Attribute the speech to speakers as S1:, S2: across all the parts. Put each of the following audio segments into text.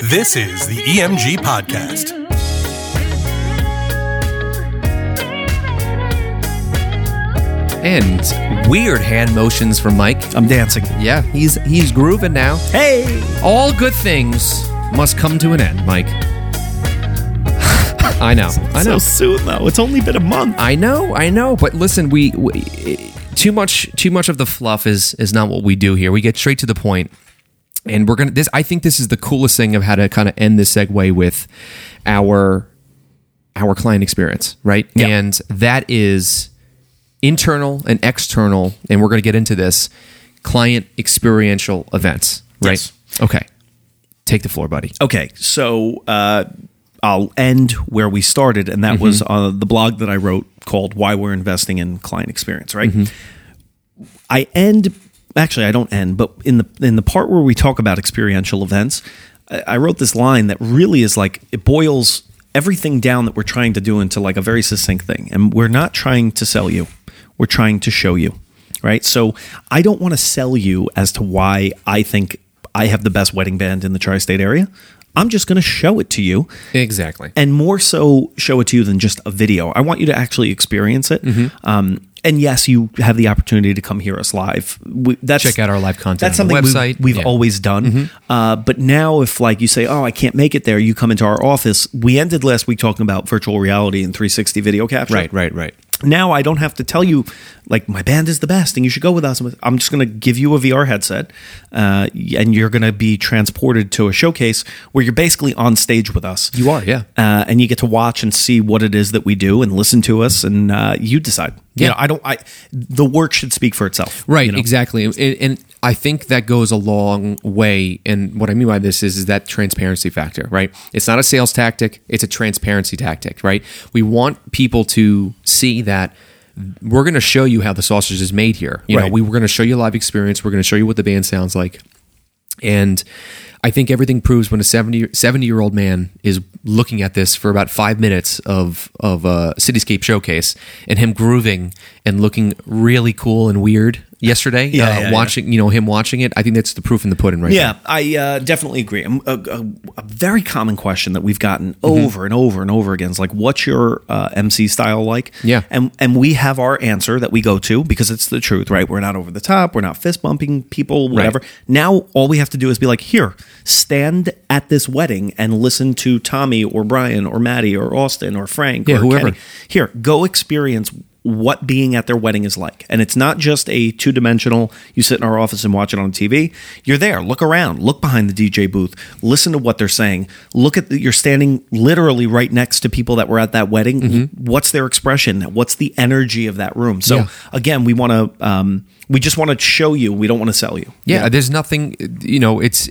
S1: This is the EMG Podcast.
S2: And weird hand motions from Mike.
S3: I'm dancing.
S2: Yeah, he's he's grooving now.
S3: Hey!
S2: All good things must come to an end, Mike. I know. I know.
S3: So soon though. It's only been a month.
S2: I know, I know, but listen, we, we too much too much of the fluff is is not what we do here. We get straight to the point, and we're gonna. This I think this is the coolest thing of how to kind of end this segue with our our client experience, right?
S3: Yeah.
S2: And that is internal and external, and we're gonna get into this client experiential events, right?
S3: Yes.
S2: Okay, take the floor, buddy.
S3: Okay, so uh, I'll end where we started, and that was uh, the blog that I wrote called "Why We're Investing in Client Experience." Right. I end. Actually, I don't end, but in the in the part where we talk about experiential events, I, I wrote this line that really is like it boils everything down that we're trying to do into like a very succinct thing, and we're not trying to sell you, we're trying to show you. Right. So I don't want to sell you as to why I think I have the best wedding band in the tri state area. I'm just going to show it to you
S2: Exactly.
S3: and more so show it to you than just a video. I want you to actually experience it.
S2: Mm-hmm.
S3: Um, and yes, you have the opportunity to come hear us live. We, that's,
S2: Check out our live content
S3: That's
S2: on the
S3: something we've-
S2: website.
S3: We've,
S2: Yeah. Mm-hmm.
S3: always done. Uh, but now, if like you say, "Oh, I can't make it there," you come into our office. We ended last week talking about virtual reality and 360 video capture.
S2: Right. Right. Right.
S3: Now I don't have to tell you like my band is the best and you should go with us. I'm just going to give you a VR headset, uh, and you're going to be transported to a showcase where you're basically on stage with us
S2: You are, yeah.
S3: uh, and you get to watch and see what it is that we do and listen to us and uh, you decide
S2: Yeah.
S3: you know, i don't i the work should speak for itself
S2: Right,
S3: you know?
S2: exactly. And, and I think that goes a long way. And what I mean by this is, is that transparency factor, right? It's not a sales tactic, it's a transparency tactic, right? We want people to see that we're going to show you how the sausage is made here. You know,
S3: Right.
S2: we were going to show you live experience, we're going to show you what the band sounds like. And I think everything proves when a 70, 70 year old man is looking at this for about five minutes of, of a cityscape showcase and him grooving and looking really cool and weird yesterday,
S3: Yeah,
S2: uh,
S3: yeah, yeah.
S2: watching, you know, him watching it. I think that's the proof in the pudding right
S3: yeah i uh, definitely agree Um, a, a, a very common question that we've gotten over and over and over again is like what's your uh, mc style like
S2: Yeah.
S3: and and we have our answer that we go to because it's the truth right we're not over the top we're not fist bumping people whatever now all we have to do is be like here stand at this wedding and listen to tommy or brian or maddie or austin or frank
S2: Yeah,
S3: or
S2: whoever.
S3: Kenny. Here, go experience what being at their wedding is like. And it's not just a two dimensional, you sit in our office and watch it on TV. You're there. Look around. Look behind the DJ booth. Listen to what they're saying. Look at, the, you're standing literally right next to people that were at that wedding. What's their expression? What's the energy of that room? So,
S2: Yeah.
S3: again, we want to, um, we just want to show you. We don't want to sell you.
S2: yeah, there's nothing you know it's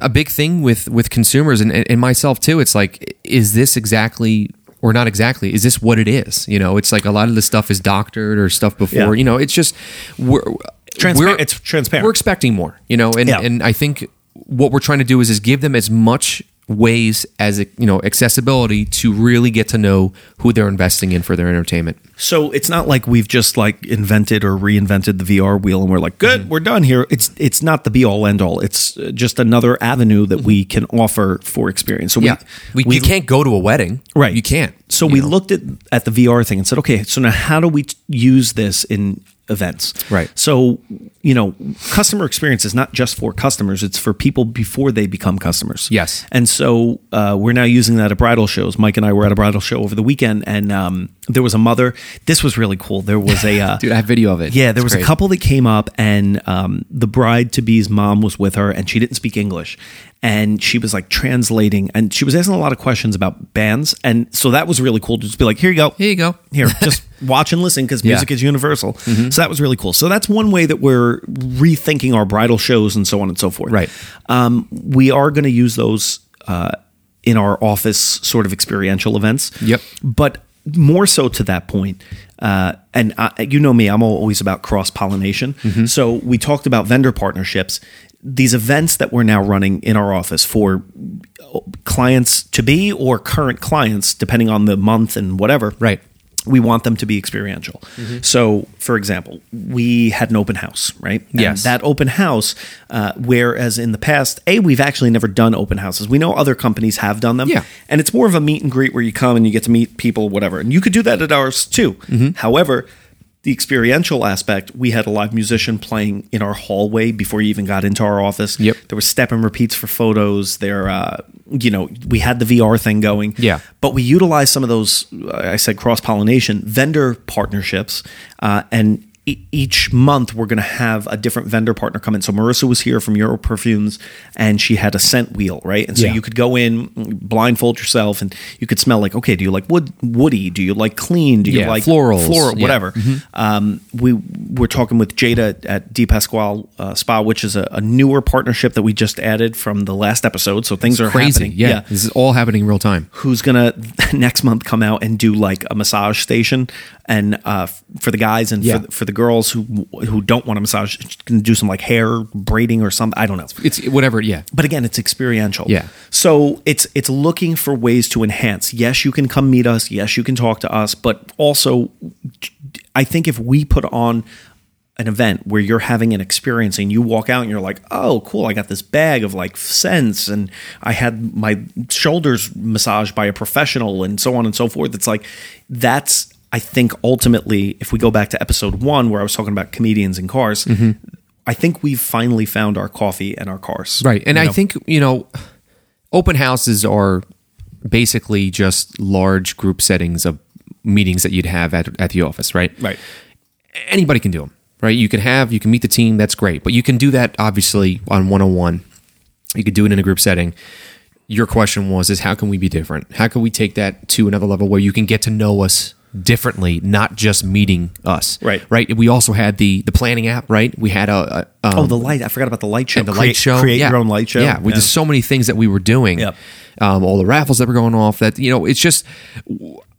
S2: a big thing with with consumers and, and myself too it's like is this exactly or not exactly is this what it is you know it's like a lot of the stuff is doctored or stuff before
S3: Yeah.
S2: you know it's just we're,
S3: Transpa-
S2: we're-
S3: it's transparent.
S2: we're expecting more you know and
S3: Yeah.
S2: and i think what we're trying to do is is give them as much ways as you know accessibility to really get to know who they're investing in for their entertainment
S3: So it's not like we've just like invented or reinvented the VR wheel and we're like, good,
S2: Mm-hmm.
S3: we're done here. It's it's not the be all end all. It's uh, just another avenue that we can offer for experience. So
S2: Mm-hmm. yeah
S3: we,
S2: we,
S3: we
S2: you can't go to a wedding
S3: Right.
S2: you can't
S3: So we looked at at the VR thing and said, okay, so now how do we t- use this in events?
S2: Right.
S3: So you know, customer experience is not just for customers; it's for people before they become customers.
S2: Yes.
S3: And so uh, we're now using that at bridal shows. Mike and I were at a bridal show over the weekend, and um, there was a mother. This was really cool. There was a uh,
S2: dude i have video of it
S3: yeah, there
S2: It's
S3: was
S2: great.
S3: a couple that came up, and um, the bride to be's mom was with her, and she didn't speak English, and she was like translating, and she was asking a lot of questions about bands, and so that was really cool to just be like, here you go,
S2: here you go
S3: here, just watch and listen because
S2: Yeah. Mm-hmm.
S3: music is universal. So that was really cool. So that's one way that we're rethinking our bridal shows and so on and so forth.
S2: Right.
S3: Um, we are going to use those uh, in our office sort of experiential events.
S2: Yep.
S3: But more so to that point, uh, and I, you know me, I'm always about cross pollination.
S2: Mm-hmm.
S3: So we talked about vendor partnerships. These events that we're now running in our office for uh, clients to be or current clients, depending on the month and whatever
S2: Right. Mm-hmm.
S3: we want them to be experiential. So, for example, we had an open house, right? And
S2: Yes.
S3: that open house, uh, whereas in the past, A, we've actually never done open houses. We know other companies have done them.
S2: Yeah.
S3: And it's more of a meet and greet where you come and you get to meet people, whatever. And you could do that at ours too.
S2: Mm-hmm.
S3: However, the experiential aspect, we had a live musician playing in our hallway before you even got into our office.
S2: Yep.
S3: There were step and repeats for photos. There, uh, you know, we had the VR thing going.
S2: Yeah.
S3: But we utilize some of those, uh, I said cross pollination, vendor partnerships. Uh, and e- each month we're going to have a different vendor partner come in. So Marissa was here from Euro Perfumes and she had a scent wheel, right? And so
S2: Yeah.
S3: you could go in, blindfold yourself, and you could smell like, okay, do you like wood, woody? Do you like clean? Do you
S2: Yeah,
S3: like
S2: florals.
S3: Floral,
S2: Yeah. Mm-hmm.
S3: whatever. Um, we were talking with Jada at Di Pasquale uh, Spa, which is a, a newer partnership that we just added from the last episode. So things are
S2: Crazy.
S3: happening.
S2: Yeah. This is all happening in real time.
S3: Who's gonna next month come out and do like a massage station and uh, f- for the guys and
S2: Yeah.
S3: for, the, for the girls who who don't want a massage, she's gonna do some like hair braiding or something. I don't know
S2: It's whatever. Yeah.
S3: but again it's experiential
S2: Yeah.
S3: so it's it's looking for ways to enhance yes you can come meet us yes you can talk to us but also i think if we put on an event where you're having an experience and you walk out and you're like oh cool i got this bag of like scents and i had my shoulders massaged by a professional and so on and so forth it's like that's i think ultimately if we go back to episode one where i was talking about comedians in cars i think we've finally found our coffee and our cars
S2: Right. And
S3: you
S2: I
S3: know?
S2: think, you know, open houses are basically just large group settings of meetings that you'd have at, at the office, right?
S3: Right.
S2: Anybody can do them, right? You can have, you can meet the team, that's great. But you can do that obviously on one on one. You could do it in a group setting. Your question was is how can we be different? How can we take that to another level where you can get to know us differently, not just meeting us?
S3: Right.
S2: Right. We also had the the planning app, right? We had a, a um,
S3: Oh, the light! I forgot about the light show.
S2: and the
S3: Create-
S2: light show.
S3: Create
S2: yeah.
S3: your own light show.
S2: Yeah, we, there's so many things that we were doing.
S3: Yep.
S2: Um, all the raffles that were going off. That you know, it's just.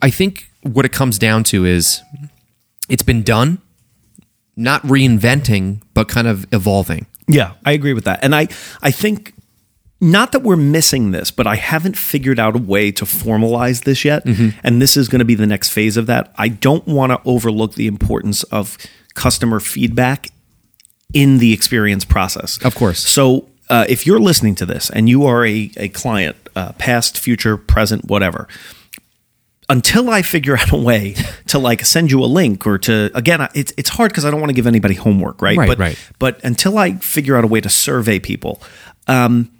S2: I think what it comes down to is, it's been done, not reinventing, but kind of evolving.
S3: Yeah, I agree with that, and I I think not that we're missing this, but I haven't figured out a way to formalize this yet,
S2: Mm-hmm.
S3: and this is going to be the next phase of that. I don't want to overlook the importance of customer feedback in the experience process.
S2: Of course.
S3: So uh, if you're listening to this and you are a, a client, uh, past, future, present, whatever, until I figure out a way to like send you a link or to again, I- it's it's hard because I don't want to give anybody homework, right?
S2: Right,
S3: but,
S2: right.
S3: But until I figure out a way to survey people, um,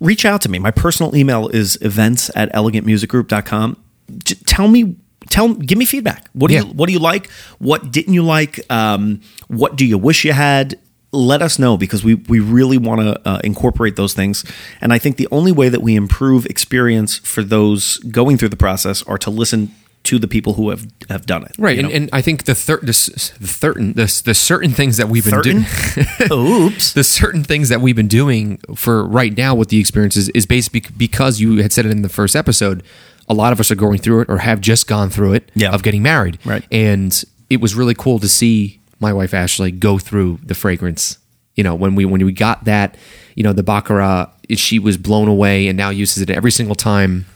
S3: reach out to me. My personal email is events at elegantmusicgroup.com. J- tell me. Tell, give me feedback. What do
S2: Yeah.
S3: you What do you like? What didn't you like? Um, what do you wish you had? Let us know because we we really want to uh, incorporate those things. And I think the only way that we improve experience for those going through the process are to listen to the people who have have done it.
S2: Right,
S3: you
S2: and,
S3: know?
S2: and I think the thir- the, s- the certain the, s- the certain things that we've been
S3: Certain?
S2: doing,
S3: oops.
S2: the certain things that we've been doing for right now with the experiences is basically because you had said it in the first episode. A lot of us are going through it or have just gone through it
S3: Yeah.
S2: of getting married,
S3: Right.
S2: And it was really cool to see my wife Ashley go through the fragrance. You know, when we when we got that, you know, the baccarat, she was blown away and now uses it every single time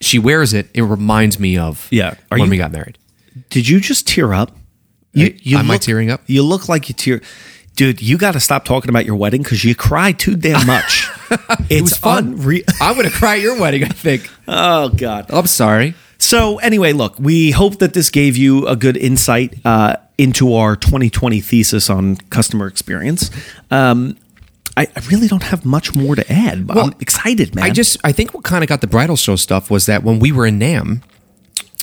S2: she wears it. It reminds me of
S3: Yeah. Are
S2: when
S3: you-
S2: we got married.
S3: Did you just tear up? You,
S2: I- am I tearing up?
S3: You look like you tear. Dude, you got to stop talking about your wedding because you cry too damn much. it's
S2: It was fun.
S3: unre-
S2: I'm gonna cry at your wedding. I think.
S3: oh God.
S2: I'm sorry.
S3: So anyway, look, we hope that this gave you a good insight uh, into our 2020 thesis on customer experience. Um, I, I really don't have much more to add. But I'm excited, man.
S2: I just I think what kind of got the bridal show stuff was that when we were in Nam,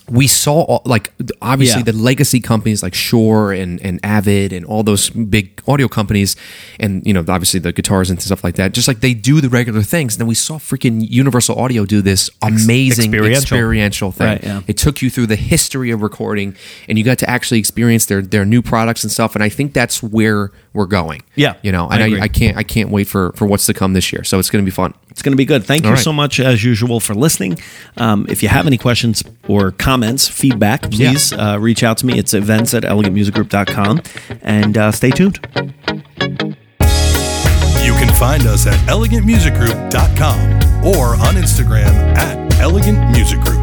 S2: we saw all, like th- obviously
S3: Yeah.
S2: the legacy companies like Shure and and Avid and all those big audio companies, and you know obviously the guitars and stuff like that. Just like they do the regular things, and then we saw freaking Universal Audio do this amazing
S3: experiential.
S2: experiential, thing.
S3: Right, yeah.
S2: It took you through the history of recording, and you got to actually experience their their new products and stuff. And I think that's where we're going.
S3: Yeah,
S2: you know,
S3: I
S2: and
S3: agree.
S2: I, I can't I can't wait for for what's to come this year. So it's going to be fun.
S3: It's going to be good. Thank you
S2: right.
S3: so much, as usual, for listening. Um, if you have any questions or comments, feedback, please uh, reach out to me. It's events at elegantmusicgroup.com. And uh, stay tuned.
S1: You can find us at elegantmusicgroup.com or on Instagram at elegantmusicgroup.